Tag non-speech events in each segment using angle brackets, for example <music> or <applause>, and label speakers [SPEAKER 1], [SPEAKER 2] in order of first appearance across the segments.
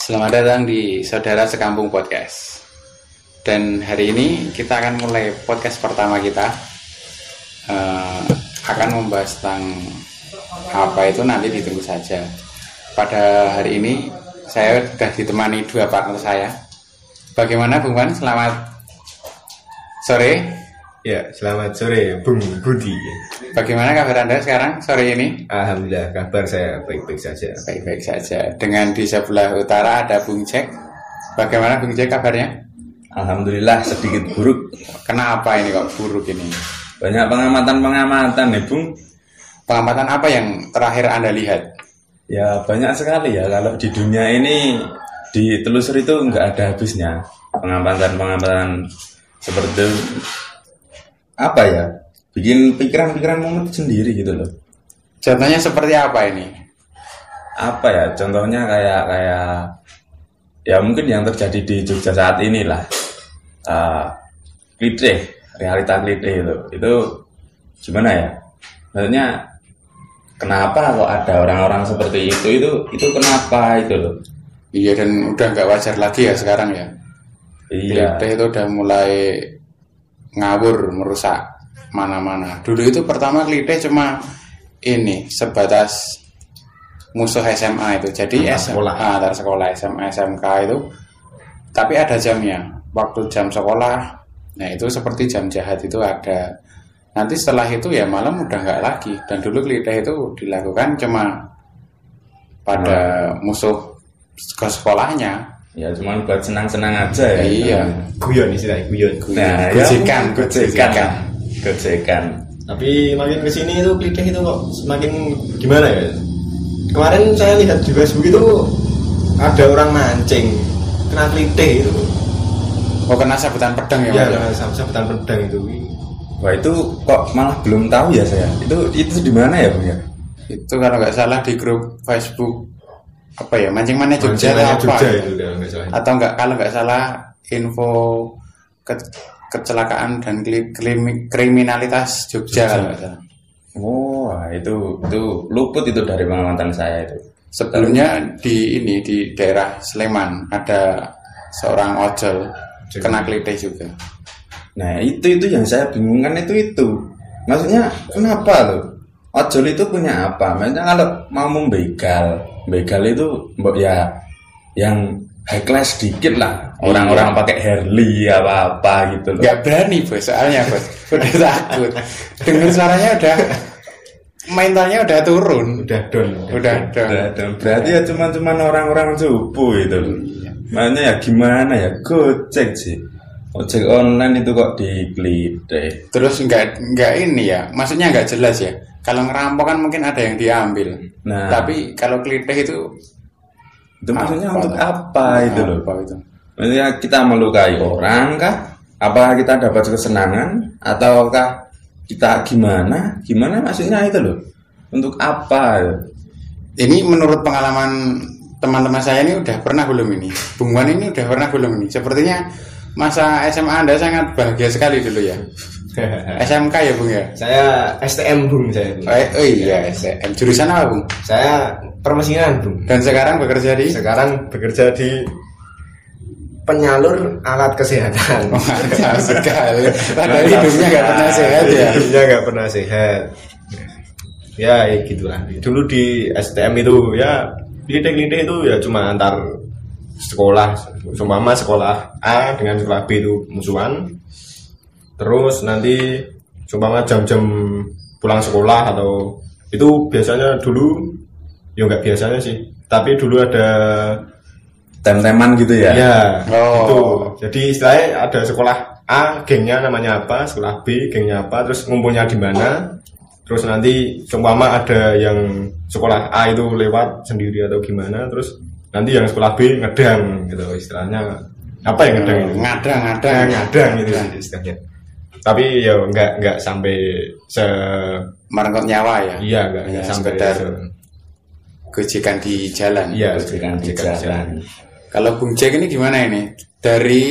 [SPEAKER 1] Selamat datang di Saudara Sekampung Podcast. Dan hari ini kita akan mulai podcast pertama kita. Eh, akan membahas tentang apa itu nanti ditunggu saja. Pada hari ini saya sudah ditemani dua partner saya. Bagaimana Bung Wan? Selamat sore.
[SPEAKER 2] Ya, selamat sore Bung Budi.
[SPEAKER 1] Bagaimana kabar Anda sekarang sore ini?
[SPEAKER 2] Alhamdulillah kabar saya baik-baik saja.
[SPEAKER 1] Baik-baik saja. Dengan di sebelah utara ada Bung Jack. Bagaimana Bung Jack kabarnya?
[SPEAKER 3] Alhamdulillah sedikit buruk.
[SPEAKER 1] Kenapa ini kok buruk ini?
[SPEAKER 3] Banyak pengamatan-pengamatan nih Bung.
[SPEAKER 1] Pengamatan apa yang terakhir Anda lihat?
[SPEAKER 3] Ya banyak sekali ya kalau di dunia ini ditelusuri itu nggak ada habisnya. Pengamatan-pengamatan seperti itu. apa ya? Bikin pikiran-pikiran mumet sendiri gitu loh.
[SPEAKER 1] Contohnya seperti apa ini?
[SPEAKER 3] Apa ya? Contohnya kayak kayak ya mungkin yang terjadi di Jogja saat inilah. Eh, klise, realita klise itu. Itu gimana ya? Maksudnya kenapa kok ada orang-orang seperti itu itu itu kenapa itu loh
[SPEAKER 1] Iya dan udah nggak wajar lagi ya sekarang ya.
[SPEAKER 3] iya
[SPEAKER 1] Klitih itu udah mulai ngawur, merusak mana-mana. Dulu itu pertama klitih cuma ini sebatas musuh SMA itu. Jadi
[SPEAKER 2] Antar
[SPEAKER 1] SM
[SPEAKER 2] sekolah.
[SPEAKER 1] ah, antar sekolah SMA SMK itu tapi ada jamnya. Waktu jam sekolah. Nah, itu seperti jam jahat itu ada. Nanti setelah itu ya malam udah nggak lagi. Dan dulu klitih itu dilakukan cuma pada musuh ke sekolahnya.
[SPEAKER 3] ya cuman buat senang-senang aja ya
[SPEAKER 1] Iya.
[SPEAKER 2] Guyon istilahnya guyon.
[SPEAKER 3] nah
[SPEAKER 1] Gojekan,
[SPEAKER 3] ya, gojekan
[SPEAKER 1] gojekan.
[SPEAKER 3] gojekan
[SPEAKER 2] Tapi makin kesini itu kliknya itu kok semakin gimana ya? Kemarin saya lihat di Facebook itu ada orang mancing kena klitih itu.
[SPEAKER 1] Oh kena sabetan pedang ya.
[SPEAKER 2] Ya,
[SPEAKER 1] Mas?
[SPEAKER 2] kena sam- sabetan pedang itu.
[SPEAKER 3] wah itu kok malah belum tahu ya saya itu itu di mana ya bung ya
[SPEAKER 1] itu kalau nggak salah di grup Facebook apa ya mancing mana Jogja iya.
[SPEAKER 2] Mancingannya
[SPEAKER 1] atau apa
[SPEAKER 2] Jogja itu kalau nggak salah.
[SPEAKER 1] atau nggak kalau nggak salah info ke- kecelakaan dan kli- klimi- kriminalitas Jogja, kalau nggak salah.
[SPEAKER 3] wah Oh, ah, itu itu luput itu dari pengamatan saya itu
[SPEAKER 1] sebelumnya di ini di daerah Sleman ada seorang ojol
[SPEAKER 2] Jogja.
[SPEAKER 1] kena klitih juga
[SPEAKER 3] Nah itu itu yang saya bingungkan itu itu. Maksudnya kenapa tuh? Ojol itu punya apa? Maksudnya kalau mau membegal, begal itu mbok ya yang high class dikit lah.
[SPEAKER 1] Iya.
[SPEAKER 3] Orang-orang pakai Harley apa apa gitu loh.
[SPEAKER 1] nggak berani bos soalnya bos <laughs> udah takut dengar suaranya udah mentalnya udah turun
[SPEAKER 2] Udah don.
[SPEAKER 1] udah dong
[SPEAKER 3] Dan- dan Berarti ya cuman-cuman orang-orang cupu itu loh.
[SPEAKER 1] Iya.
[SPEAKER 3] Makanya ya gimana ya? Gojek sih. Ojek online itu kok dikelitih.
[SPEAKER 1] Terus nggak nggak ini ya, maksudnya nggak jelas ya. Kalau ngerampok kan mungkin ada yang diambil.
[SPEAKER 3] Nah.
[SPEAKER 1] Tapi kalau klitih itu
[SPEAKER 3] Itu maksudnya
[SPEAKER 1] Apa?
[SPEAKER 3] untuk apa Nah, itu loh?
[SPEAKER 1] apa itu?
[SPEAKER 3] Maksudnya kita melukai orang kah? Apa kita dapat kesenangan? Ataukah kita gimana? Gimana maksudnya itu loh? Untuk apa?
[SPEAKER 1] Ini menurut pengalaman teman-teman saya ini udah pernah belum ini? Bung Wan ini udah pernah belum ini? Sepertinya masa SMA Anda sangat bahagia sekali dulu ya. SMK ya Bung ya?
[SPEAKER 2] <laughs> saya STM Bung saya. Bung.
[SPEAKER 1] Oh, eh, oh iya, STM. Jurusan apa Bung?
[SPEAKER 2] Saya permesinan Bung.
[SPEAKER 1] Dan sekarang bekerja di?
[SPEAKER 2] sekarang bekerja di penyalur alat
[SPEAKER 1] <laughs>
[SPEAKER 2] kesehatan
[SPEAKER 1] Mantap sekali. <laughs> Padahal hidupnya nggak pernah sehat ya.
[SPEAKER 2] Iya. hidupnya nggak pernah sehat ya ya gitulah dulu di STM itu ya lidah-lidah itu ya cuma antar sekolah seumpama sekolah A dengan sekolah B itu musuhan terus nanti seumpama jam-jam pulang sekolah atau itu biasanya dulu ya nggak biasanya sih tapi dulu ada
[SPEAKER 3] Tem-teman gitu ya?
[SPEAKER 2] Ya,
[SPEAKER 1] Oh.
[SPEAKER 2] itu. Jadi istilahnya ada sekolah A, gengnya namanya apa, sekolah B, gengnya apa, terus ngumpulnya di mana. Terus nanti seumpama ada yang sekolah A itu lewat sendiri atau gimana, terus nanti yang sekolah B ngedang gitu istilahnya. Apa yang ngedang itu?
[SPEAKER 1] Ngadang-ngadang.
[SPEAKER 2] Ngedang, ngedang gitu istilahnya. Tapi ya nggak nggak sampai se
[SPEAKER 1] merenggut nyawa ya.
[SPEAKER 2] iya nggak
[SPEAKER 1] Hanya
[SPEAKER 2] nggak sampai
[SPEAKER 1] sekedar
[SPEAKER 2] se-
[SPEAKER 1] gojekan di jalan.
[SPEAKER 2] iya
[SPEAKER 3] Gojekan di
[SPEAKER 2] gojekan
[SPEAKER 3] jalan.
[SPEAKER 1] Kalau Bung Jack ini gimana ini? Dari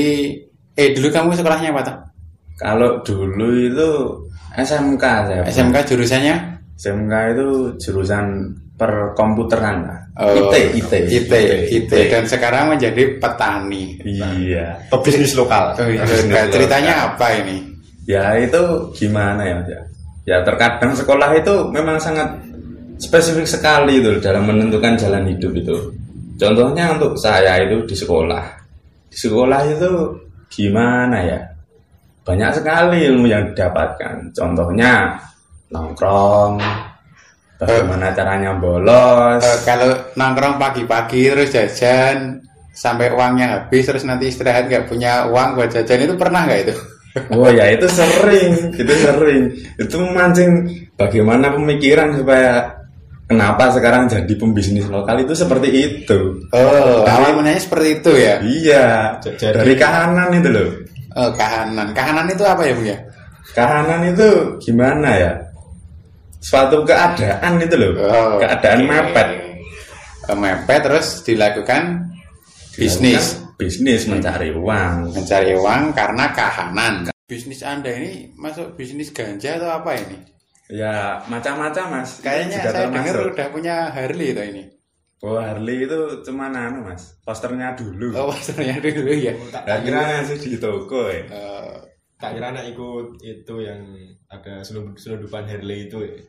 [SPEAKER 1] eh dulu kamu sekolahnya apa toh?
[SPEAKER 3] Kalau dulu itu SMK saya.
[SPEAKER 1] Iya. SMK jurusannya?
[SPEAKER 3] SMK itu jurusan perkomputeran lah.
[SPEAKER 1] Oh,
[SPEAKER 3] IT, IT,
[SPEAKER 1] IT, IT. dan sekarang menjadi petani.
[SPEAKER 3] Iya.
[SPEAKER 2] pebisnis lokal
[SPEAKER 1] Oh, iya.
[SPEAKER 3] Harus
[SPEAKER 1] Nah,
[SPEAKER 3] dulu.
[SPEAKER 1] ceritanya apa ini?
[SPEAKER 3] Ya itu gimana ya, Mas ya? Ya terkadang sekolah itu memang sangat spesifik sekali itu dalam menentukan jalan hidup itu. Contohnya untuk saya itu di sekolah. Di sekolah itu gimana ya? Banyak sekali ilmu yang didapatkan. Contohnya nongkrong, bagaimana caranya bolos.
[SPEAKER 1] Eh, kalau nongkrong pagi-pagi terus jajan sampai uangnya habis terus nanti istirahat nggak punya uang buat jajan itu pernah nggak itu?
[SPEAKER 3] Oh ya itu sering, itu sering. Itu memancing bagaimana pemikiran supaya kenapa sekarang jadi pembisnis lokal itu seperti itu.
[SPEAKER 1] Oh, awal mulanya seperti itu ya.
[SPEAKER 3] Iya,
[SPEAKER 2] J- jadi-
[SPEAKER 3] dari kahanan itu loh.
[SPEAKER 1] Oh, kahanan. Kahanan itu apa ya, Bu ya?
[SPEAKER 3] Kahanan itu gimana ya? Suatu keadaan itu loh,
[SPEAKER 1] Oh, oke.
[SPEAKER 3] keadaan mepet.
[SPEAKER 1] Eh, Mepet terus dilakukan iya. bisnis
[SPEAKER 3] Dilakukan bisnis mencari uang.
[SPEAKER 1] mencari uang karena kahanan. Bisnis Anda ini masuk bisnis ganja atau apa ini?
[SPEAKER 3] Ya macam-macam mas.
[SPEAKER 1] Kayaknya
[SPEAKER 3] Sudah
[SPEAKER 1] saya dengar
[SPEAKER 3] termasuk.
[SPEAKER 1] udah punya Harley itu ini.
[SPEAKER 3] Oh Harley itu cuman anu mas, posternya dulu.
[SPEAKER 1] Oh, maksudnya dulu ya.
[SPEAKER 2] Nah,
[SPEAKER 3] Dan kira sih di toko ya.
[SPEAKER 1] Eh,
[SPEAKER 2] tak kira anak ikut itu yang ada selundup selundupan Harley itu ya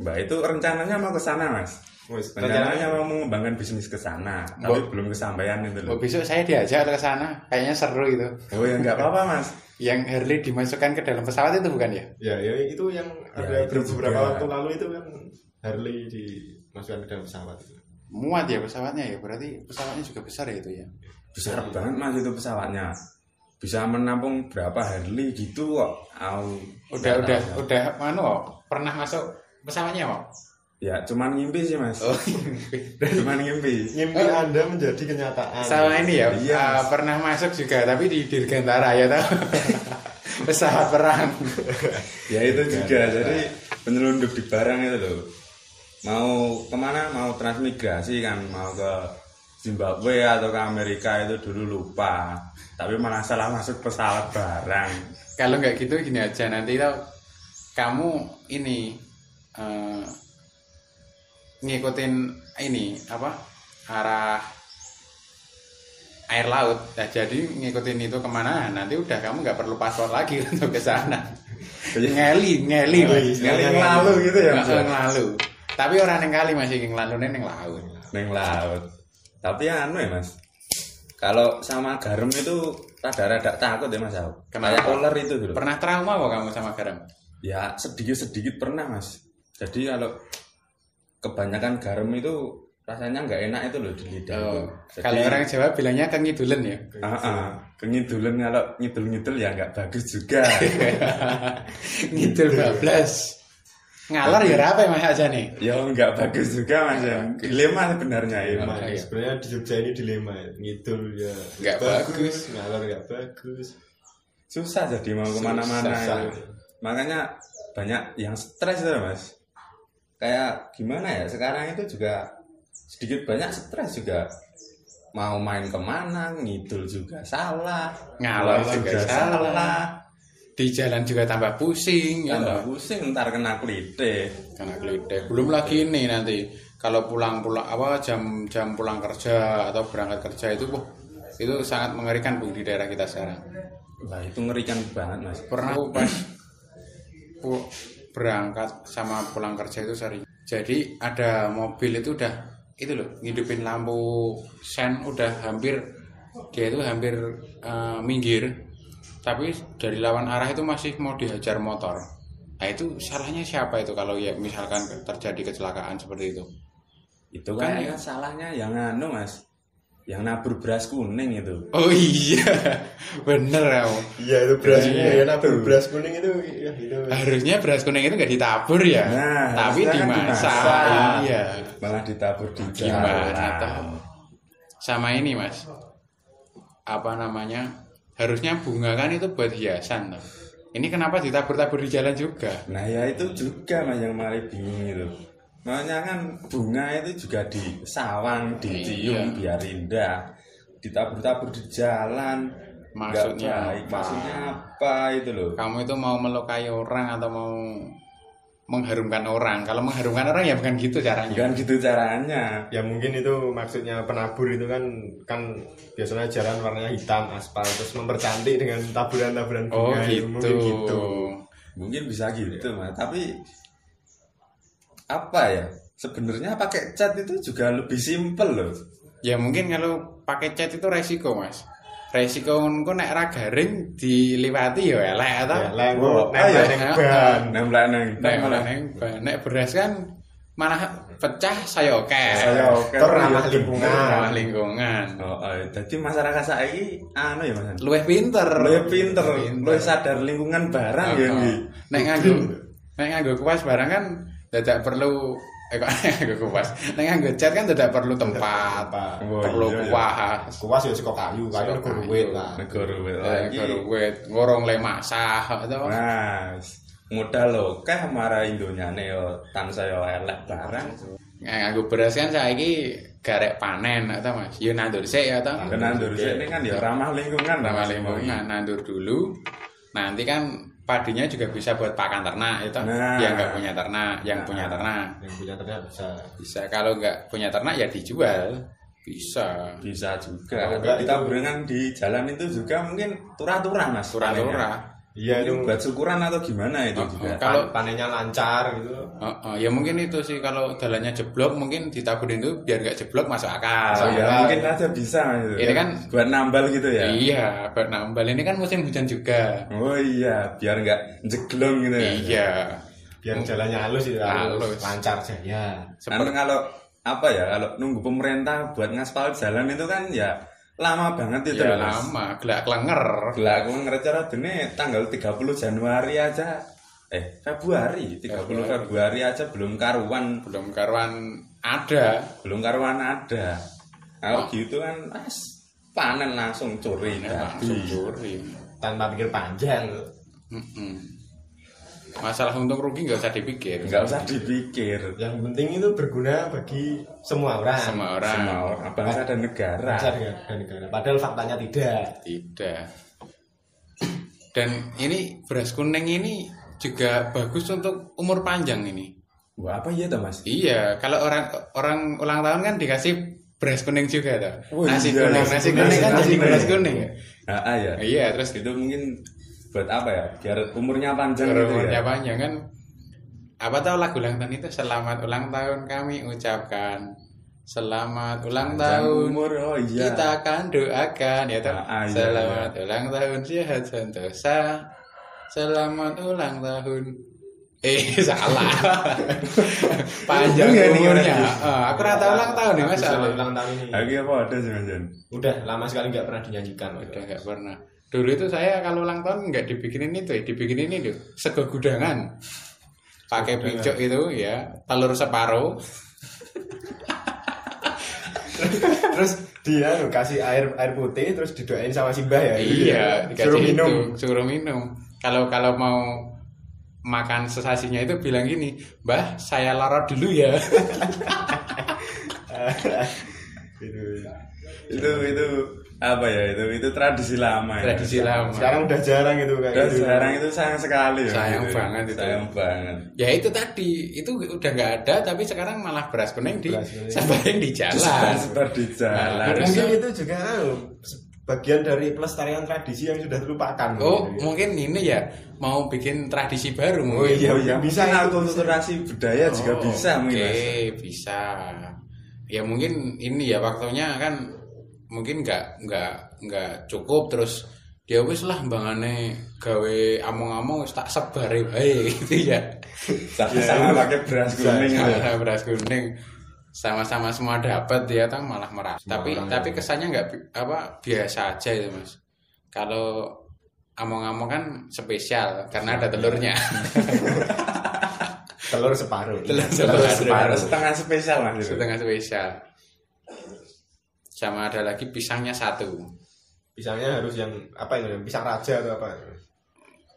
[SPEAKER 3] Mbak itu rencananya mau ke sana mas.
[SPEAKER 2] Wes,
[SPEAKER 3] Rencananya mau mengembangkan bisnis ke sana, tapi belum kesampaian itu
[SPEAKER 1] Oh,
[SPEAKER 3] loh.
[SPEAKER 1] besok saya diajak ke sana, kayaknya seru itu.
[SPEAKER 3] Oh ya nggak
[SPEAKER 1] <laughs>
[SPEAKER 3] apa-apa mas.
[SPEAKER 1] Yang Harley dimasukkan ke dalam pesawat itu bukan ya?
[SPEAKER 2] ya ya itu yang ada
[SPEAKER 3] itu
[SPEAKER 2] beberapa
[SPEAKER 3] juga.
[SPEAKER 2] waktu lalu itu kan Harley dimasukkan ke dalam pesawat itu
[SPEAKER 1] Muat ya pesawatnya ya, berarti pesawatnya juga besar ya itu ya.
[SPEAKER 3] Besar banget mas itu pesawatnya. Bisa menampung berapa Harley gitu kok. Au.
[SPEAKER 1] Udah
[SPEAKER 3] Nggak
[SPEAKER 1] udah
[SPEAKER 3] tahu.
[SPEAKER 1] udah manu kok, pernah masuk pesawatnya kok.
[SPEAKER 3] Ya cuman ngimpi sih mas.
[SPEAKER 1] Oh,
[SPEAKER 3] Cuman ngimpi.
[SPEAKER 2] mimpi anda menjadi kenyataan
[SPEAKER 1] sama ini ya.
[SPEAKER 3] Iya,
[SPEAKER 1] eh,
[SPEAKER 3] Mas.
[SPEAKER 1] pernah masuk juga tapi di Dirgantara ya
[SPEAKER 3] <laughs>
[SPEAKER 1] tahu. pesawat perang.
[SPEAKER 3] Ya itu juga. Jadi penyelundup di barang itu loh. Mau kemana? Mau transmigrasi kan? Mau ke Zimbabwe atau ke Amerika itu dulu lupa. Tapi malah salah masuk pesawat barang.
[SPEAKER 1] Kalau nggak gitu gini aja nanti tau kamu ini eh, ngikutin ini apa arah air laut. Nah, jadi ngikutin itu kemana? Nanti udah kamu nggak perlu paspor lagi <laughs> untuk ke sana. ngeli, ngeli, Mas.
[SPEAKER 3] Sekali Iya, ngelalu gitu ya Mas?
[SPEAKER 1] Nggak ngelalu. Tapi orang yang kali masih ngelalu neng laut.
[SPEAKER 3] Neng laut. Tapi ya anu ya mas. Kalau sama garam itu rada-rada takut ya mas aku.
[SPEAKER 1] Kenapa?
[SPEAKER 3] Kayak ular itu dulu.
[SPEAKER 1] Pernah trauma kok kamu sama garam?
[SPEAKER 3] Ya sedikit-sedikit pernah mas. Jadi kalau kebanyakan garam itu rasanya nggak enak itu loh di lidah. itu.
[SPEAKER 1] Oh,
[SPEAKER 3] Jadi-
[SPEAKER 1] kalau orang Jawa bilangnya kengidulen ya.
[SPEAKER 3] Ah, ah. kengidulan kalau ngidul-ngidul ya nggak bagus juga.
[SPEAKER 1] <laughs>
[SPEAKER 3] <laughs>
[SPEAKER 1] Ngidul bablas. Ngalor ya apa ya Mas aja nih?
[SPEAKER 3] ya nggak bagus juga mas ya. Dilema sebenarnya ya.
[SPEAKER 2] Dilema.
[SPEAKER 1] Oh, iya.
[SPEAKER 2] sebenarnya di Jogja ini dilema ya. ngidul ya
[SPEAKER 1] Nggak bagus.
[SPEAKER 2] ngalor nggak bagus
[SPEAKER 3] Susah jadi mau kemana-mana.
[SPEAKER 2] Susah.
[SPEAKER 3] itu. makanya banyak yang stres itu mas kayak gimana ya sekarang itu juga sedikit banyak stres juga mau main kemana ngidul juga salah
[SPEAKER 1] Ngalor juga salah. Di jalan juga tambah pusing ya.
[SPEAKER 3] tambah pusing ntar kena klite
[SPEAKER 1] Karena keledek. Belum lagi ini nanti kalau pulang-pulang apa jam jam pulang kerja atau berangkat kerja itu wah, itu sangat mengerikan Bu di daerah kita sekarang.
[SPEAKER 3] wah itu ngerikan banget mas
[SPEAKER 1] Pernah aku pas pu- berangkat sama pulang kerja itu sering. Jadi ada mobil itu udah itu loh ngidupin lampu sen udah hampir dia itu hampir eh, minggir tapi dari lawan arah itu masih mau dihajar motor. Nah itu salahnya siapa itu kalau ya misalkan terjadi kecelakaan seperti itu?
[SPEAKER 3] itu kayaknya salahnya yang anu mas yang nabur beras kuning itu
[SPEAKER 1] Oh iya <laughs> bener kamu.
[SPEAKER 2] iya itu beras
[SPEAKER 1] Iya,
[SPEAKER 2] kuning
[SPEAKER 1] iya.
[SPEAKER 2] ya nabur beras kuning itu ya itu
[SPEAKER 1] Harusnya beras kuning itu nggak ditabur ya,
[SPEAKER 3] Nah,
[SPEAKER 1] tapi
[SPEAKER 3] harusnya kan
[SPEAKER 1] dimasak.
[SPEAKER 3] dimasak.
[SPEAKER 1] Iya.
[SPEAKER 3] malah ditabur di
[SPEAKER 1] Gimana
[SPEAKER 3] jalan
[SPEAKER 1] tahu? sama ini mas apa namanya harusnya bunga kan itu buat hiasan tuh. ini kenapa ditabur-tabur di jalan juga
[SPEAKER 3] Nah ya itu juga mas yang mari bingung itu. Makanya kan bunga itu juga disawang,
[SPEAKER 1] Iya.
[SPEAKER 3] dicium biar indah, ditabur-tabur di jalan. Nggak
[SPEAKER 1] Maksudnya
[SPEAKER 3] baik.
[SPEAKER 1] apa?
[SPEAKER 3] Maksudnya apa itu loh?
[SPEAKER 1] kamu itu mau melukai orang atau mau mengharumkan orang. Kalau mengharumkan orang ya bukan gitu caranya.
[SPEAKER 3] Bukan gitu caranya.
[SPEAKER 2] ya mungkin itu maksudnya penabur itu kan kan biasanya jalan warnanya hitam aspal terus mempercantik dengan taburan-taburan
[SPEAKER 1] Oh
[SPEAKER 2] bunga itu
[SPEAKER 1] gitu.
[SPEAKER 2] mungkin gitu
[SPEAKER 3] Mungkin bisa gitu, Mas. Tapi apa ya? Sebenarnya pakai cat itu juga lebih simpel loh.
[SPEAKER 1] Ya mungkin kalau pakai cat itu resiko mas. Resiko engko nek ra garing diliwati ya elek atau.
[SPEAKER 2] ya leng
[SPEAKER 3] Oh,
[SPEAKER 2] neng
[SPEAKER 3] ayo.
[SPEAKER 2] neng ban
[SPEAKER 3] Nempel neng.
[SPEAKER 1] Nek malah neng nek beras kan malah pecah saya oke.
[SPEAKER 3] Saya oke.
[SPEAKER 2] Ter ramah
[SPEAKER 3] Iya,
[SPEAKER 2] lingkungan.
[SPEAKER 1] Ramah lingkungan.
[SPEAKER 3] Oh, eh, jadi masyarakat saiki anu ya Mas.
[SPEAKER 1] Luwih pinter.
[SPEAKER 3] Luwih pinter, luwih sadar lingkungan barang ya
[SPEAKER 1] Heeh.
[SPEAKER 3] iki.
[SPEAKER 1] Nek nganggo nek nganggo kuas barang kan tidak perlu eh kok <laughs> nganggo kuas. Nek nganggo cat kan tidak perlu tempat,
[SPEAKER 2] tempat.
[SPEAKER 1] Wah, perlu
[SPEAKER 3] iya, iya.
[SPEAKER 1] kuas.
[SPEAKER 2] kuas ya suka kayu kayu
[SPEAKER 1] Saka
[SPEAKER 2] negor
[SPEAKER 1] kayu.
[SPEAKER 2] wit lah
[SPEAKER 3] Negara wis.
[SPEAKER 1] Eh, Karo wit ngorong le masak to.
[SPEAKER 3] Nah. Mas, modal lho keh marah indonyane yo tansaya elek barang.
[SPEAKER 1] Nek nganggo beras kan saiki garek panen ta Mas. Yo nandur sik ya ta.
[SPEAKER 3] Kena ndur sik ini kan ya ramah lingkungan lah,
[SPEAKER 1] Ramah
[SPEAKER 3] Mas.
[SPEAKER 1] lingkungan nandur dulu. Nanti kan padinya juga bisa buat pakan ternak itu
[SPEAKER 3] Nah.
[SPEAKER 1] yang nggak punya ternak, yang punya ternak.
[SPEAKER 2] yang punya ternyata bisa
[SPEAKER 1] bisa kalau nggak punya ternak ya dijual bisa
[SPEAKER 3] Bisa juga. Kalau
[SPEAKER 2] Kalau enggak
[SPEAKER 3] kita berenang di jalan itu juga mungkin turah-turah Mas.
[SPEAKER 1] turah-turah
[SPEAKER 2] iya
[SPEAKER 3] Itu
[SPEAKER 2] itu
[SPEAKER 3] buat syukuran atau gimana itu
[SPEAKER 1] Oh,
[SPEAKER 3] juga.
[SPEAKER 1] kan. Kalau-
[SPEAKER 2] pan- panennya lancar gitu
[SPEAKER 1] Oh, oh, ya mungkin itu sih kalau jalannya jeblok mungkin ditaburin itu biar nggak jeblok masuk
[SPEAKER 3] Oh,
[SPEAKER 1] akal
[SPEAKER 3] ya,
[SPEAKER 2] Iya.
[SPEAKER 3] mungkin aja bisa gitu.
[SPEAKER 1] Ini kan-
[SPEAKER 3] buat nambal gitu ya.
[SPEAKER 1] iya buat nambal ini kan musim hujan juga
[SPEAKER 3] Oh iya, biar nggak jeglong gitu ya.
[SPEAKER 1] iya
[SPEAKER 2] biar jalannya halus itu
[SPEAKER 1] Halus.
[SPEAKER 2] halus lancar jaya
[SPEAKER 3] Karena
[SPEAKER 1] seperti
[SPEAKER 3] Anu kalau apa ya, kalau nunggu pemerintah buat ngaspal jalan itu kan ya lama banget itu.
[SPEAKER 1] ya
[SPEAKER 3] loh, Mas.
[SPEAKER 1] lama gelak kelenger
[SPEAKER 3] Lah aku ngerecara dene tanggal 30 Januari aja eh Februari 30 Februari, aja belum karuan
[SPEAKER 1] belum karuan ada
[SPEAKER 3] belum karuan ada
[SPEAKER 1] Ah.
[SPEAKER 3] kalau gitu kan as, panen langsung curi
[SPEAKER 1] langsung curi
[SPEAKER 2] tanpa pikir panjang
[SPEAKER 1] iya. Mm-mm. masalah untung rugi nggak usah dipikir
[SPEAKER 3] nggak usah dipikir
[SPEAKER 2] yang penting itu berguna bagi semua orang
[SPEAKER 1] sama orang
[SPEAKER 3] semua orang bangsa dan negara
[SPEAKER 1] Nah.
[SPEAKER 2] Bangsa dan- dan negara padahal faktanya tidak
[SPEAKER 1] Tidak. Dan ini beras kuning ini juga bagus untuk umur panjang ini.
[SPEAKER 3] wah apa iya toh mas
[SPEAKER 1] Iya, kalau orang orang ulang tahun kan dikasih beras kuning juga toh.
[SPEAKER 3] Oh,
[SPEAKER 1] nasi
[SPEAKER 3] iya,
[SPEAKER 1] kuning,
[SPEAKER 3] nasi
[SPEAKER 1] nasi kuning kan jadi
[SPEAKER 2] kuning, nasi
[SPEAKER 1] beras
[SPEAKER 2] kuning.
[SPEAKER 1] kuning.
[SPEAKER 3] nah, ah, ya
[SPEAKER 1] Iya, terus
[SPEAKER 3] itu mungkin buat apa ya biar umurnya panjang gitu
[SPEAKER 1] umurnya
[SPEAKER 3] ya
[SPEAKER 1] panjang kan. Apa tahu lagu ulang tahun itu selamat ulang tahun kami ucapkan. Selamat ulang
[SPEAKER 3] Panjang
[SPEAKER 1] tahun.
[SPEAKER 3] umur oh iya
[SPEAKER 1] kita akan doakan ya toh.
[SPEAKER 3] Ah, ah, iya,
[SPEAKER 1] selamat ulang tahun sehat sentosa selamat ulang tahun eh <laughs>
[SPEAKER 3] <laughs>
[SPEAKER 1] salah panjang
[SPEAKER 3] Bingung ya nih
[SPEAKER 1] umurnya
[SPEAKER 3] orang ini.
[SPEAKER 1] Eh, aku rata ulang tahun nih mas
[SPEAKER 2] Selamat
[SPEAKER 1] Ale.
[SPEAKER 2] ulang tahun ini
[SPEAKER 3] lagi apa ada jangan-jangan
[SPEAKER 2] udah lama sekali nggak pernah dinyanyikan
[SPEAKER 1] udah nggak pernah dulu itu saya kalau ulang tahun nggak dibikinin itu ya dibikinin ini tuh sego gudangan pakai pincuk itu ya telur separuh
[SPEAKER 2] terus dia anu, kasih air air putih terus didoain sama Simbah ya
[SPEAKER 1] Iya, dikasih
[SPEAKER 2] suruh
[SPEAKER 1] itu,
[SPEAKER 2] minum
[SPEAKER 1] suruh minum. Kalau kalau mau makan sensasinya itu bilang gini, Mbah, saya larut dulu ya.
[SPEAKER 2] <laughs> Gitu.
[SPEAKER 3] itu itu apa ya itu itu tradisi lama ya.
[SPEAKER 1] Tradisi lama.
[SPEAKER 2] sekarang udah jarang itu kayak
[SPEAKER 3] Dan
[SPEAKER 2] gitu.
[SPEAKER 3] sekarang itu sayang sekali ya.
[SPEAKER 1] Sayang banget itu.
[SPEAKER 3] Sayang banget.
[SPEAKER 1] Ya itu tadi, itu udah nggak ada, tapi sekarang malah beras kuning di
[SPEAKER 2] Beras kuning.
[SPEAKER 1] sebarin di jalan.
[SPEAKER 2] <laughs>
[SPEAKER 3] <laughs> Sebar di jalan.
[SPEAKER 1] Nah,
[SPEAKER 2] mungkin itu juga anu, bagian dari pelestarian tradisi yang sudah terlupakan
[SPEAKER 1] Oh,
[SPEAKER 2] Gitu.
[SPEAKER 1] mungkin ini ya mau bikin tradisi baru.
[SPEAKER 2] Oh, iya,
[SPEAKER 3] Oh, ya,
[SPEAKER 2] bisa
[SPEAKER 3] bisa
[SPEAKER 2] itu,
[SPEAKER 3] akulturasi budaya juga bisa mungkin.
[SPEAKER 1] Oh, Oke,
[SPEAKER 3] Mas.
[SPEAKER 1] bisa. Ya mungkin ini ya waktunya kan mungkin nggak nggak nggak cukup terus dia wis lah mbangane gawe among-among wis tak sebar bae <laughs> gitu ya.
[SPEAKER 3] Sama-sama pakai beras
[SPEAKER 1] Iya,
[SPEAKER 3] kuning ya.
[SPEAKER 1] Sama beras kuning sama-sama semua dapat ya tang malah merah. Tapi tapi kesannya nggak bi- apa biasa aja itu Mas. Kalau among-among kan spesial karena ada telurnya.
[SPEAKER 3] Iya.
[SPEAKER 2] telur separuh
[SPEAKER 1] Telur
[SPEAKER 3] Terus
[SPEAKER 1] separuh.
[SPEAKER 3] Setengah, setengah spesial mas itu.
[SPEAKER 1] setengah spesial sama ada lagi pisangnya satu
[SPEAKER 2] pisangnya harus yang apa itu yang pisang raja atau apa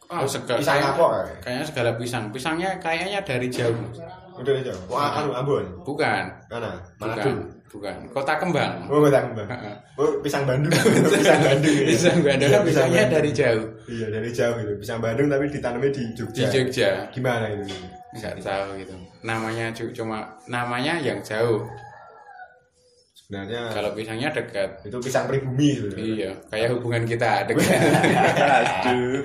[SPEAKER 1] Ah, sega-
[SPEAKER 2] pisang
[SPEAKER 1] kayak-
[SPEAKER 2] apa, Kak?
[SPEAKER 1] Kayaknya segala pisang. Pisangnya kayaknya dari jauh.
[SPEAKER 2] Udah aja. Wah, kan Ambon.
[SPEAKER 1] Bukan.
[SPEAKER 2] Mana?
[SPEAKER 1] Bukan.
[SPEAKER 2] Manado.
[SPEAKER 1] Bukan. Kota Kembang.
[SPEAKER 2] Oh, pisang Bandung.
[SPEAKER 1] Heeh.
[SPEAKER 2] Oh, pisang Bandung. <laughs> pisang Bandung. ya.
[SPEAKER 1] <laughs> Pisang Bandung.
[SPEAKER 2] Iya, pisang
[SPEAKER 1] Pisangnya
[SPEAKER 2] Bandung.
[SPEAKER 1] dari jauh.
[SPEAKER 2] Iya, dari jauh itu. Pisang Bandung tapi ditanamnya di
[SPEAKER 1] Di
[SPEAKER 2] Jogja.
[SPEAKER 1] Jogja.
[SPEAKER 2] Gimana itu?
[SPEAKER 1] Nggak tahu gitu. Namanya cu- cuma namanya yang jauh.
[SPEAKER 2] Sebenarnya
[SPEAKER 1] Kalau pisangnya dekat.
[SPEAKER 2] itu pisang pribumi sebenarnya.
[SPEAKER 1] Iya, kayak hubungan kita <laughs> dekat.
[SPEAKER 3] <laughs> Aduh.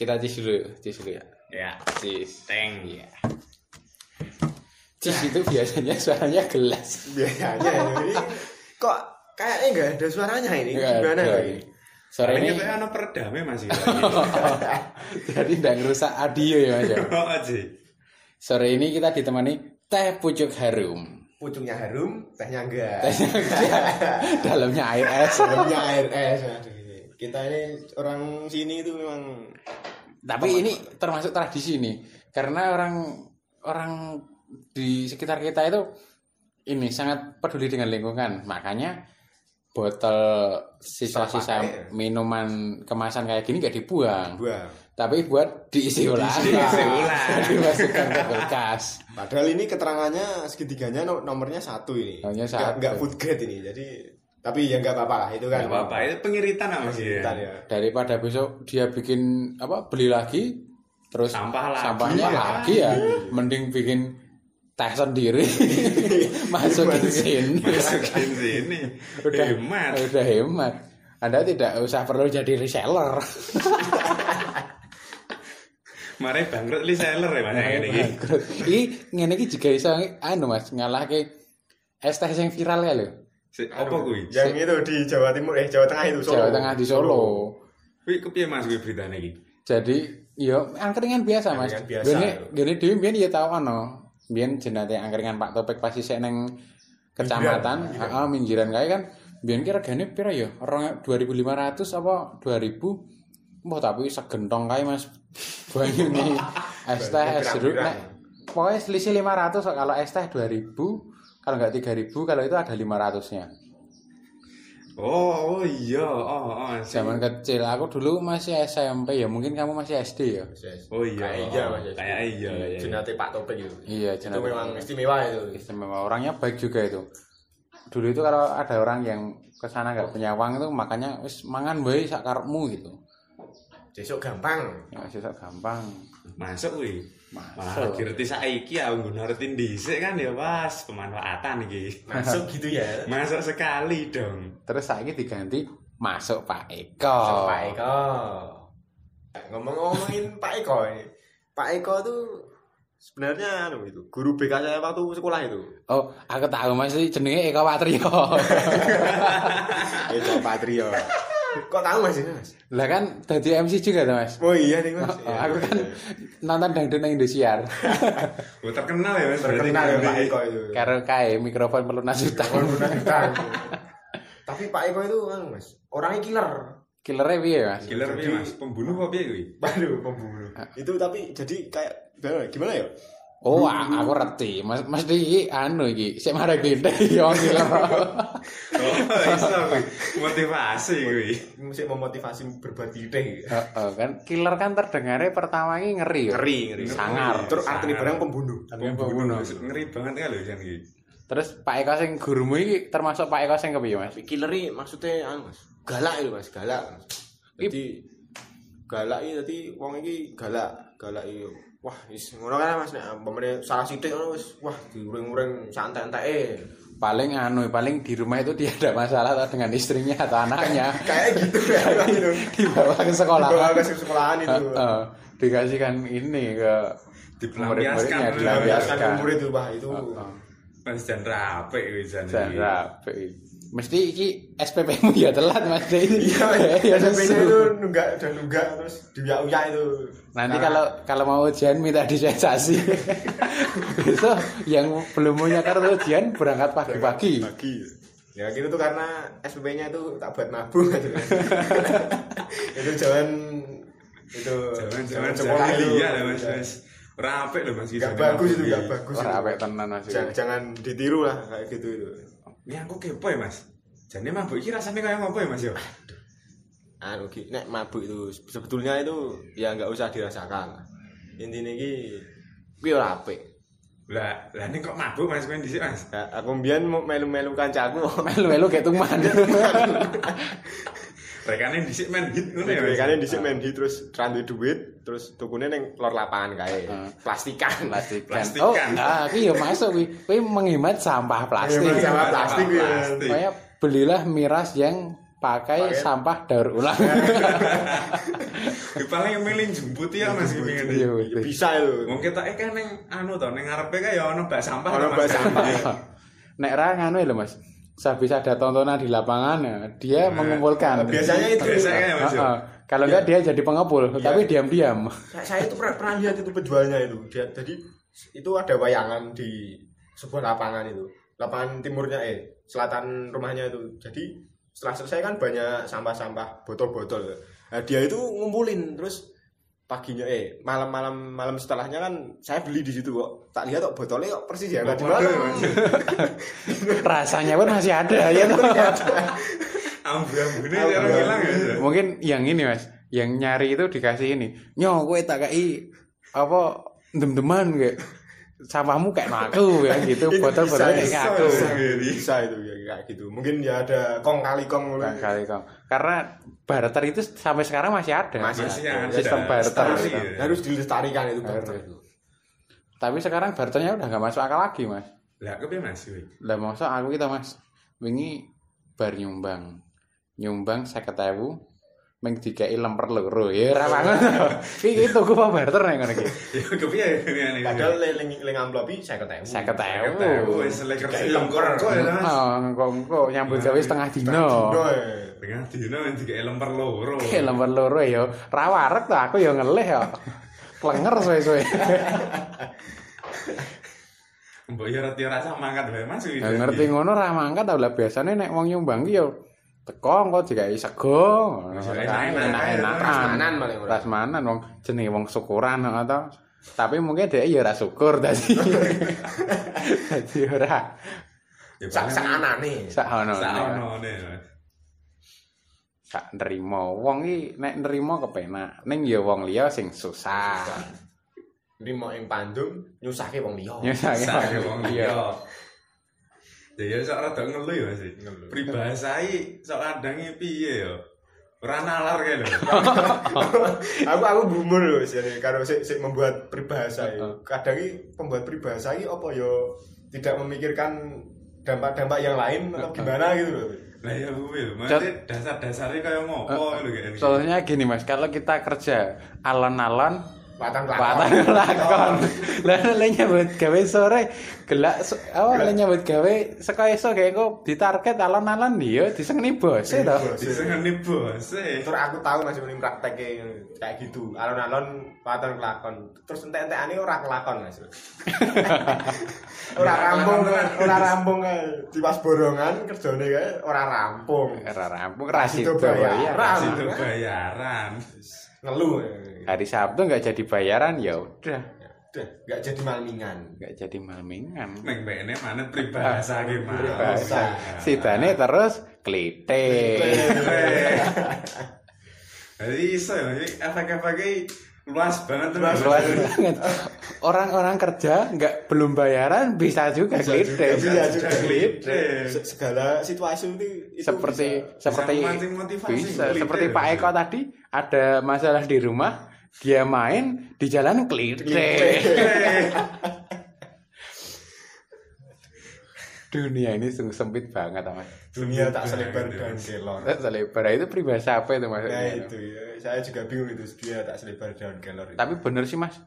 [SPEAKER 1] kita cis dulu, cis dulu ya.
[SPEAKER 3] Ya,
[SPEAKER 1] Cis.
[SPEAKER 3] teng ya.
[SPEAKER 1] Cis itu biasanya suaranya gelas.
[SPEAKER 2] Biasanya ya.
[SPEAKER 1] <laughs>
[SPEAKER 2] Ini kok kayaknya enggak ada suaranya ini. Gimana
[SPEAKER 1] Nggak ada.
[SPEAKER 2] ini?
[SPEAKER 1] Sore ini
[SPEAKER 4] Ini kayak ono peredamnya masih.
[SPEAKER 3] ya.
[SPEAKER 1] <laughs> jadi tidak ngerusak audio ya Mas. ya.
[SPEAKER 4] Oh, sih.
[SPEAKER 1] Sore ini kita ditemani teh pucuk harum. <laughs>
[SPEAKER 2] Pucungnya harum, tehnya enggak.
[SPEAKER 1] Dalamnya air es.
[SPEAKER 2] Dalamnya air es. Aduh, ini. Kita ini orang sini itu memang
[SPEAKER 1] Tapi ini termasuk tradisi nih. Karena orang orang di sekitar kita itu ini sangat peduli dengan lingkungan. Makanya botol sisa-sisa
[SPEAKER 2] Terpakai.
[SPEAKER 1] minuman kemasan kayak gini gak dibuang.
[SPEAKER 2] buang.
[SPEAKER 1] Tapi buat diisi ulang.
[SPEAKER 4] Diisi ulang.
[SPEAKER 1] <laughs> Dimasukkan ke kulkas.
[SPEAKER 2] Padahal ini keterangannya segitiganya no- nomornya satu ini.
[SPEAKER 1] Nomornya
[SPEAKER 2] Nggak-
[SPEAKER 1] satu.
[SPEAKER 2] nggak food grade ini. Jadi tapi ya nggak apa-apa lah itu kan.
[SPEAKER 4] Gak apa-apa, itu pengiritan lah Mas. ya.
[SPEAKER 1] Iya.
[SPEAKER 2] Bentar ya.
[SPEAKER 1] Daripada besok dia bikin apa beli lagi terus
[SPEAKER 4] Sampah lagi.
[SPEAKER 1] sampahnya
[SPEAKER 4] Iya.
[SPEAKER 1] lagi ya. Mending bikin teh sendiri. Masukin sini.
[SPEAKER 4] Masukin sini.
[SPEAKER 1] Udah
[SPEAKER 4] Hemat.
[SPEAKER 1] Udah hemat. Anda tidak usah perlu jadi reseller.
[SPEAKER 4] Mare bangkrut li seller ya Mas
[SPEAKER 1] Nah,
[SPEAKER 4] ya, ngene iki.
[SPEAKER 1] Bangkrut. Iki ngene iki juga iso anu Mas ngalahke es teh yang viral ya lho.
[SPEAKER 4] Si- Apa kuwi?
[SPEAKER 2] Yang itu di Jawa Timur eh Jawa Tengah itu Solo.
[SPEAKER 1] Jawa Tengah di Solo.
[SPEAKER 4] Kuwi kepiye Mas kuwi beritane iki?
[SPEAKER 1] Jadi, yo angkringan biasa mas.
[SPEAKER 2] Angkringan biasa.
[SPEAKER 1] Gini, gini dhewe mbiyen ya tau ano. Biyen jenate angkringan Pak Topik pasti sik neng kecamatan, heeh minggiran kae kan. Biyen ki regane pira ya? Rong- 2500 apa 2000? Mbah tapi segentong kae mas. <laughs>
[SPEAKER 2] <laughs>
[SPEAKER 1] Banyune es teh es jeruk
[SPEAKER 2] Pirang-pirang.
[SPEAKER 1] nek pokoknya selisih 500 kok. kalau es teh 2000, kalau enggak 3000, kalau itu ada 500-nya.
[SPEAKER 4] Oh, oh iya, oh, oh. si-
[SPEAKER 1] Zaman kecil aku dulu masih SMP ya, mungkin kamu masih SD ya.
[SPEAKER 4] Oh iya.
[SPEAKER 2] Kayak iya Mas.
[SPEAKER 4] Kayak iya, iya, iya.
[SPEAKER 2] Jenate Pak Topik itu.
[SPEAKER 1] Iya,
[SPEAKER 2] Itu
[SPEAKER 1] jenate
[SPEAKER 2] memang istimewa itu.
[SPEAKER 1] istimewa orangnya baik juga itu dulu itu kalau ada orang yang kesana nggak punya uang itu makanya wis mangan bayi sakarmu gitu
[SPEAKER 2] Besok gampang.
[SPEAKER 1] ya sisa gampang
[SPEAKER 4] Masuk kuwi. Malah
[SPEAKER 1] Masuk.
[SPEAKER 4] ngerti saiki ya nggo ngerti dhisik kan ya Mas, pemanfaatan iki. <laughs>
[SPEAKER 1] <laughs>
[SPEAKER 2] Masuk gitu ya.
[SPEAKER 4] Masuk sekali dong.
[SPEAKER 1] terus saiki diganti masuk Pak Eko
[SPEAKER 2] Masuk Pak Eko. Ngomong-ngomongin Pak Eko ini. Pak Eko tuh sebenarnya anu itu guru BK saya waktu sekolah itu.
[SPEAKER 1] oh aku tahu mas ini jenenge Eko
[SPEAKER 2] <laughs>
[SPEAKER 1] Patrio Eh,
[SPEAKER 2] Eko Patrio. <laughs> Kok tahu Mas? ini, Mas?
[SPEAKER 1] lah kan jadi MC juga tuh mas
[SPEAKER 2] Oh iya nih
[SPEAKER 1] <laughs>
[SPEAKER 2] Mas.
[SPEAKER 1] Oh, aku kan nonton dangdut nang Indosiar
[SPEAKER 4] Oh, terkenal ya Mas berarti
[SPEAKER 2] terkenal ya
[SPEAKER 4] kuwi.
[SPEAKER 2] Pak Eko itu.
[SPEAKER 1] karo kae mikrofon pelunas
[SPEAKER 2] Orang
[SPEAKER 1] utang
[SPEAKER 2] beneran hitam. Kan Tapi Pak Eko itu anu Mas, orangnya killer.
[SPEAKER 1] <laughs> killernya piye mas
[SPEAKER 4] Killer piye
[SPEAKER 2] Jadi-
[SPEAKER 4] Mas? Pembunuh apa piye kuwi?
[SPEAKER 2] Waduh, pembunuh. Ah. Itu tapi jadi kayak gimana, gimana ya?
[SPEAKER 1] Oh, a- aku reti. Mas Mas di anu iki, sik marah gede <laughs> yo
[SPEAKER 2] <laughs>
[SPEAKER 1] ngira.
[SPEAKER 4] Oh, <laughs> iso kuwi. Motivasi kuwi.
[SPEAKER 2] Musik memotivasi berbuat ide.
[SPEAKER 1] Heeh, kan killer kan terdengarnya pertama ini ngeri. ya.
[SPEAKER 2] Ngeri, ngeri.
[SPEAKER 1] Sangar.
[SPEAKER 2] Terus
[SPEAKER 4] Sangar.
[SPEAKER 2] artinya barang pembunuh.
[SPEAKER 4] Pembunuh. Ngeri banget kan lho Jan iki.
[SPEAKER 1] Terus Pak Eko sing gurumu iki termasuk Pak Eko sing kepiye, Mas?
[SPEAKER 2] Tapi killer ini maksudnya anu Mas, galak itu Mas, galak. Mas. Jadi galak ini tadi wong iki galak, galak iyo. Wah, wis ngono kan Mas nek umpamane salah sithik ngono wis wah diuring-uring santai-santai.
[SPEAKER 1] Paling anu, paling di rumah itu dia ada masalah atau dengan istrinya atau anaknya. <laughs>
[SPEAKER 2] Kayak gitu ya. gitu.
[SPEAKER 1] Dibawa ke sekolah.
[SPEAKER 2] Bawa ke sekolahan itu.
[SPEAKER 1] Heeh. dikasihkan ini ke
[SPEAKER 4] Dipelampiaskan.
[SPEAKER 1] murid-muridnya,
[SPEAKER 2] Biasa
[SPEAKER 1] dilampiaskan.
[SPEAKER 2] kan murid itu bah
[SPEAKER 1] Oh.
[SPEAKER 2] itu.
[SPEAKER 1] Ah,
[SPEAKER 4] Mas Jan rapi kuwi Jan iki.
[SPEAKER 1] Dan rapi. Mesti iki SPP-mu ya telat, Mas. <laughs> Iya,
[SPEAKER 2] Ya SPP-nya itu nunggak udah nunggak terus diuyak-uyak itu.
[SPEAKER 1] Nanti
[SPEAKER 2] Nah,
[SPEAKER 1] kalau kalau mau ujian minta <laughs> dispensasi. Besok yang belum punya kartu ujian berangkat pagi-pagi.
[SPEAKER 2] pagi. Ya gitu tuh karena SPP-nya itu tak buat mabuk aja.
[SPEAKER 1] <laughs>
[SPEAKER 2] itu jalan itu
[SPEAKER 4] Jangan-jangan
[SPEAKER 2] Jokowi
[SPEAKER 4] sekali
[SPEAKER 2] itu.
[SPEAKER 4] ya
[SPEAKER 1] Iya,
[SPEAKER 4] lah, Mas Mas. Rapi lho Mas iki.
[SPEAKER 2] Nggak
[SPEAKER 4] Jan.
[SPEAKER 2] bagus itu
[SPEAKER 4] Iya.
[SPEAKER 2] nggak bagus. itu.
[SPEAKER 1] Ora apik tenan Mas.
[SPEAKER 2] Jangan, jangan ditiru lah kayak gitu itu.
[SPEAKER 4] Ini aku kepo ya mas. Jadi mabuk ini rasanya kayak apa ya mas yo?
[SPEAKER 2] anu Ki, nek mabuk itu sebetulnya itu ya nggak usah dirasakan intinya ki kuwi ora apik
[SPEAKER 3] Lah, lah ini kok mabuk Mas Kuen dhisik Mas.
[SPEAKER 2] Nah, aku mbiyen mau melu-melu kancaku
[SPEAKER 1] <laughs> Melu-melu kayak tuman.
[SPEAKER 3] Rekane dhisik <laughs> main hit ngono ya. Mas?
[SPEAKER 2] Kalian dhisik main di terus randu duit terus tukune ning lor lapangan kae.
[SPEAKER 1] Ah.
[SPEAKER 2] Plastikan.
[SPEAKER 1] Plastikan. Oh,
[SPEAKER 3] Plastikan.
[SPEAKER 1] ah, kuwi ya masuk kuwi. Kuwi menghemat sampah plastik.
[SPEAKER 2] Menghemat sampah
[SPEAKER 3] Sama
[SPEAKER 2] plastik, ya.
[SPEAKER 3] plastik.
[SPEAKER 1] Kayak belilah miras yang pakai
[SPEAKER 2] Pakai.
[SPEAKER 1] sampah daur ulang.
[SPEAKER 3] Di paling milih jemput ya Mas
[SPEAKER 1] <laughs>
[SPEAKER 3] Kuen
[SPEAKER 1] Iya,
[SPEAKER 3] ngene.
[SPEAKER 1] betul.
[SPEAKER 2] Bisa lho.
[SPEAKER 3] Mungkin tak kan ning anu to ning ngarepe kae ya ono bak sampah.
[SPEAKER 2] Ono
[SPEAKER 3] to, Mas.
[SPEAKER 2] bak sampah.
[SPEAKER 3] <laughs>
[SPEAKER 1] Nek ra nganu ya lho, Mas. Sehabis ada tontonan di lapangan, ya, dia mengumpulkan.
[SPEAKER 2] biasanya itu.
[SPEAKER 3] biasanya ya, Mas. ya.
[SPEAKER 1] Ah, ah. Kalau enggak dia jadi pengepul, tapi diam-diam.
[SPEAKER 2] Sa- Saya itu pernah, pernah lihat itu penjualnya itu. Dia, jadi itu ada bayangan di sebuah lapangan itu. Lapangan timurnya eh selatan rumahnya itu. Jadi setelah selesai kan banyak sampah-sampah botol-botol. Nah, dia itu ngumpulin terus paginya eh malam-malam malam setelahnya kan saya beli di situ kok tak lihat kok botolnya kok persis ya nggak dibawa.
[SPEAKER 3] Waduh, Mas.
[SPEAKER 1] Rasanya pun masih ada ya. toh.
[SPEAKER 3] Ambu-ambune jarang hilang ya. Mas?
[SPEAKER 1] Mungkin yang ini, Mas. Yang nyari itu dikasih ini. Nyo, kowe tak kei apa dem-deman kayak sampahmu kayak aku
[SPEAKER 2] <laughs>
[SPEAKER 1] ya gitu
[SPEAKER 2] Itu
[SPEAKER 1] botol-botol
[SPEAKER 2] bisa,
[SPEAKER 1] kayak
[SPEAKER 2] bisa,
[SPEAKER 1] aku
[SPEAKER 2] bisa, bisa itu ya kayak gitu mungkin ya ada kong kali kong mulu.
[SPEAKER 1] Bang kali kau. Karena barter itu sampai sekarang masih ada.
[SPEAKER 2] Masih
[SPEAKER 3] Masih
[SPEAKER 2] ada.
[SPEAKER 3] ada.
[SPEAKER 1] Sistem barter.
[SPEAKER 3] Lestari,
[SPEAKER 1] gitu.
[SPEAKER 3] ya.
[SPEAKER 2] harus dilestarikan itu barter itu.
[SPEAKER 1] Tapi sekarang barternya udah nggak masuk akal lagi, Mas.
[SPEAKER 3] Lah kepiye Mas Kuen?
[SPEAKER 1] Lah masa aku kita, Mas. Wingi bar nyumbang. Nyumbang 50.000 ming dikei lemper loro. Ya ora bangun.
[SPEAKER 2] <laughs>
[SPEAKER 1] Iki itu gua barter nek ngono iki.
[SPEAKER 3] Ya kepiye ngene?
[SPEAKER 2] Padahal ling ling amplopi saya ketemu.
[SPEAKER 1] 50.000.
[SPEAKER 3] Wis lek kerja lengkor kok ya Mas.
[SPEAKER 1] Oh, engko-engko nyambut gawe setengah dino.
[SPEAKER 3] Dengan dino yang tiga lemper loro.
[SPEAKER 1] Kayak lemper loro ya. Ra warek ta aku ya ngelih ya. Klenger
[SPEAKER 3] <laughs>
[SPEAKER 1] suwe-suwe.
[SPEAKER 3] Mbok ya rati ora sama angkat wae Mas.
[SPEAKER 1] Ya ngerti ngono ra mangkat tau lah biasane nek wong nyumbang ki ya teko engko digawe sego.
[SPEAKER 3] Enak-enak.
[SPEAKER 1] Enak-enakan.
[SPEAKER 2] Rasmanan paling ora.
[SPEAKER 1] Rasmanan wong jenenge wong syukuran kok ta. Tapi mungkin dia ya ora syukur
[SPEAKER 3] <laughs>
[SPEAKER 1] tadi. Dadi ora
[SPEAKER 3] Ya,
[SPEAKER 2] Sak
[SPEAKER 3] paling-
[SPEAKER 2] sak anane.
[SPEAKER 1] sak ono.
[SPEAKER 3] Sak ono ne, Mas.
[SPEAKER 1] Sak nerima wong ki nek nerima kepenak. Ning ya wong liya sing susah.
[SPEAKER 2] Nrimo ing pandum nyusahke wong liya.
[SPEAKER 1] Nyusahke
[SPEAKER 3] Sak wong liya.
[SPEAKER 1] Iya.
[SPEAKER 3] Ya ya sak rada ngelu ya Mas.
[SPEAKER 2] Ngelu.
[SPEAKER 3] Pribahasai sak adange piye ya? Ora nalar kae lho.
[SPEAKER 2] aku aku bumur lho jare karo sik sik membuat peribahasa
[SPEAKER 1] Heeh.
[SPEAKER 2] iki. Kadang iki pembuat peribahasa iki apa ya tidak memikirkan dampak-dampak yang lain atau gimana gitu loh.
[SPEAKER 3] Lah ya kuwi lho. Maksudnya dasar-dasare
[SPEAKER 1] Eh,
[SPEAKER 3] kaya ngopo lho kayak gini.
[SPEAKER 1] Soalnya gini Mas, kalau kita kerja alon-alon
[SPEAKER 2] Patang
[SPEAKER 1] Patah <laughs>
[SPEAKER 2] pelakon.
[SPEAKER 1] lakon.
[SPEAKER 2] iya,
[SPEAKER 1] Lah le nyambut gawe sore gelak se- apa le nyambut gawe saka esuk gawe kok ditarget alon-alon yo disengeni bos e to.
[SPEAKER 2] Iya,
[SPEAKER 3] Disengeni bos e.
[SPEAKER 2] Tur aku tahu masih mending prakteknya kayak gitu. Alon-alon patang kelakon. Terus entek-entekane ora kelakon
[SPEAKER 1] <laughs>
[SPEAKER 2] Mas. ora rampung, ora rampung kae. Diwas borongan kerjane kae ora rampung.
[SPEAKER 1] Ora rampung ra sido
[SPEAKER 2] Sido bayaran.
[SPEAKER 1] bayaran.
[SPEAKER 3] Situ bayaran.
[SPEAKER 2] Ngelu.
[SPEAKER 1] Hari Sabtu nggak jadi bayaran ya udah
[SPEAKER 2] Udah, enggak jadi malmingan.
[SPEAKER 1] nggak jadi malmingan.
[SPEAKER 3] Ning bene manut pribahasa ki Mas.
[SPEAKER 2] Pribahasa.
[SPEAKER 1] Sidane terus klite.
[SPEAKER 3] Iya. Jadi iso ya, jadi efek-efek ini luas banget tuh. Mas.
[SPEAKER 1] Luas banget. Orang-orang kerja nggak belum bayaran bisa juga klite.
[SPEAKER 2] Iya,
[SPEAKER 3] Bisa
[SPEAKER 2] juga.
[SPEAKER 3] klite.
[SPEAKER 2] Se- segala situasi itu, itu
[SPEAKER 1] seperti
[SPEAKER 2] bisa.
[SPEAKER 1] seperti
[SPEAKER 3] memancing motivasi,
[SPEAKER 1] bisa
[SPEAKER 3] beli
[SPEAKER 1] seperti
[SPEAKER 3] deh.
[SPEAKER 1] Pak Eko tadi ada masalah di rumah dia main di jalan kelite dunia ini sungguh sempit banget mas
[SPEAKER 2] dunia tak selebar daun kelor.
[SPEAKER 1] Eh, selebar itu peribahasa apa itu mas Iya,
[SPEAKER 2] Nah itu ya, saya juga bingung itu dunia tak selebar daun kelor. itu.
[SPEAKER 1] tapi bener sih mas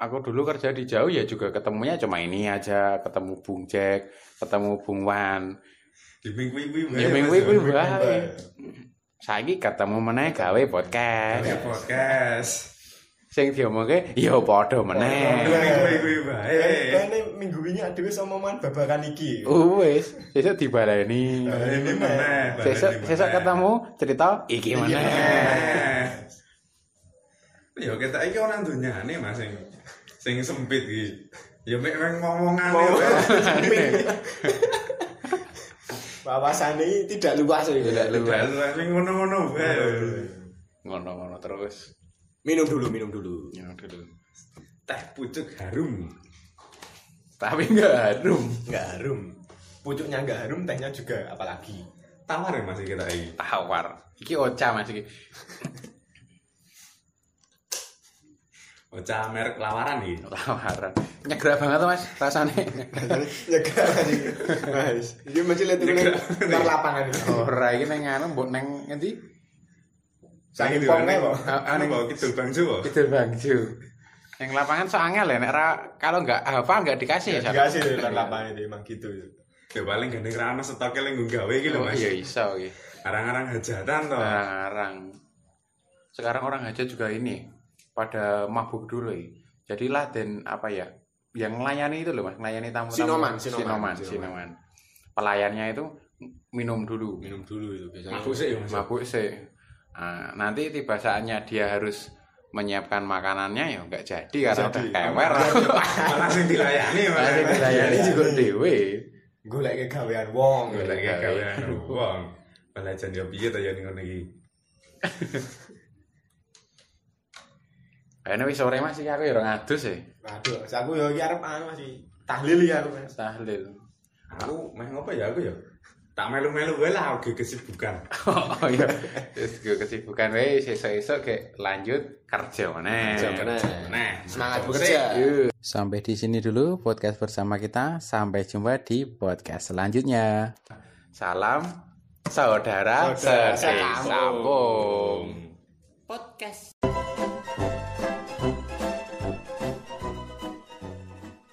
[SPEAKER 1] aku dulu kerja di jauh ya juga ketemunya cuma ini aja ketemu Bung Jack ketemu Bung Wan
[SPEAKER 3] Di minggu-minggu bae,
[SPEAKER 1] Ya,
[SPEAKER 3] Mas.
[SPEAKER 1] minggu-minggu.
[SPEAKER 2] Bingung,
[SPEAKER 1] Wah,
[SPEAKER 2] Mbak.
[SPEAKER 1] saya ketemu meneh gawe podcast
[SPEAKER 3] Ada podcast.
[SPEAKER 1] sing diomongke yo padha meneh
[SPEAKER 3] Di minggu-minggu ya. bae.
[SPEAKER 1] ya.
[SPEAKER 2] Eh, Oh, kayaknya minggu ini ada omongan babakan iki.
[SPEAKER 1] Wes, Uh, sesuk dibaleni.
[SPEAKER 3] Balik Ini meneh. balik
[SPEAKER 1] Sesuk
[SPEAKER 3] ini
[SPEAKER 1] sesuk
[SPEAKER 3] meneh.
[SPEAKER 1] ketemu cerita iki meneh.
[SPEAKER 3] Meneh. Ya kita iki orang dunia nih mas sing sing sempit
[SPEAKER 2] <laughs>
[SPEAKER 3] gitu. Ya mek mek ngomongan ya.
[SPEAKER 2] wawasan ini tidak luas ya.
[SPEAKER 1] Tidak luas.
[SPEAKER 3] Tidak lu sing ngono-ngono wae.
[SPEAKER 1] ngono-ngono terus
[SPEAKER 2] Minum dulu, minum dulu.
[SPEAKER 1] yang dulu
[SPEAKER 3] Teh pucuk harum.
[SPEAKER 1] tapi nggak harum
[SPEAKER 2] Nggak harum. Pucuknya nggak harum, tehnya juga <laughs> apalagi.
[SPEAKER 3] Tawar ya masih kita ini.
[SPEAKER 1] tawar iki oca mas iki
[SPEAKER 3] Oca merek lawaran iki.
[SPEAKER 1] tawaran nyegra banget tuh mas rasanya
[SPEAKER 2] Nyegar ini. Mas, ini masih lihat ini
[SPEAKER 3] Nyegar.
[SPEAKER 2] ntar lapangan ini.
[SPEAKER 1] ora iki neng anu mbok neng ngendi
[SPEAKER 3] Ini
[SPEAKER 2] Saking
[SPEAKER 3] diwarnai
[SPEAKER 2] pongnya
[SPEAKER 1] Ah,
[SPEAKER 2] kok.
[SPEAKER 1] ah,
[SPEAKER 3] Anu
[SPEAKER 1] ning-
[SPEAKER 3] kok kidul bangjo kok.
[SPEAKER 1] Kidul Bangju yang lapangan so angel ya nek ra- kalau nggak hafal nggak dikasih ya Sar?
[SPEAKER 2] Enggak sih ntar lapangan itu emang gitu.
[SPEAKER 3] Ya paling gandeng rano stoke leng nggo gawe iki
[SPEAKER 1] oh
[SPEAKER 3] lho Mas.
[SPEAKER 1] iya iso iki
[SPEAKER 3] Arang-arang hajatan to.
[SPEAKER 1] Sekarang sekarang orang aja juga ini pada mabuk dulu ya. Jadi Laden apa ya? Yang melayani itu loh Mas, melayani tamu sinoman,
[SPEAKER 2] Sinoman, sinoman,
[SPEAKER 1] sinoman,
[SPEAKER 2] sinoman.
[SPEAKER 1] Pelayannya itu minum dulu.
[SPEAKER 2] Minum dulu itu biasanya.
[SPEAKER 3] Mabuk sih ya Mas.
[SPEAKER 1] Mabuk sih. Ah, nanti tiba saatnya dia harus menyiapkan makanannya ya nggak jadi karena udah
[SPEAKER 2] Jadi.
[SPEAKER 1] kewer.
[SPEAKER 3] <laughs> Malah sing dilayani Mas.
[SPEAKER 1] Nanti <laughs> dilayani juga dewe.
[SPEAKER 2] Gue lagi gawean wong.
[SPEAKER 3] Golek
[SPEAKER 1] Golek gawe.
[SPEAKER 3] gawean wong. Malah jan yo piye to yo ning ngono iki.
[SPEAKER 1] Ini wis sore Mas iki aku ya ora ngadus ya.
[SPEAKER 2] Aduh, aku yo iki arep anu masih tahlil ya aku mas.
[SPEAKER 1] Tahlil.
[SPEAKER 3] Aku meh ngopo ya aku ya? Tak melu-melu wae lah oge kesibukan.
[SPEAKER 1] oh iya terus gue kesibukan weh esok-esok kayak lanjut kerja
[SPEAKER 2] Eh.
[SPEAKER 1] mana iya.
[SPEAKER 3] Nah,
[SPEAKER 2] Semangat bekerja.
[SPEAKER 1] sampai di sini dulu podcast bersama kita sampai jumpa di podcast selanjutnya salam saudara
[SPEAKER 2] Saudara
[SPEAKER 1] sedaya
[SPEAKER 2] sekampung.
[SPEAKER 1] sambung
[SPEAKER 5] podcast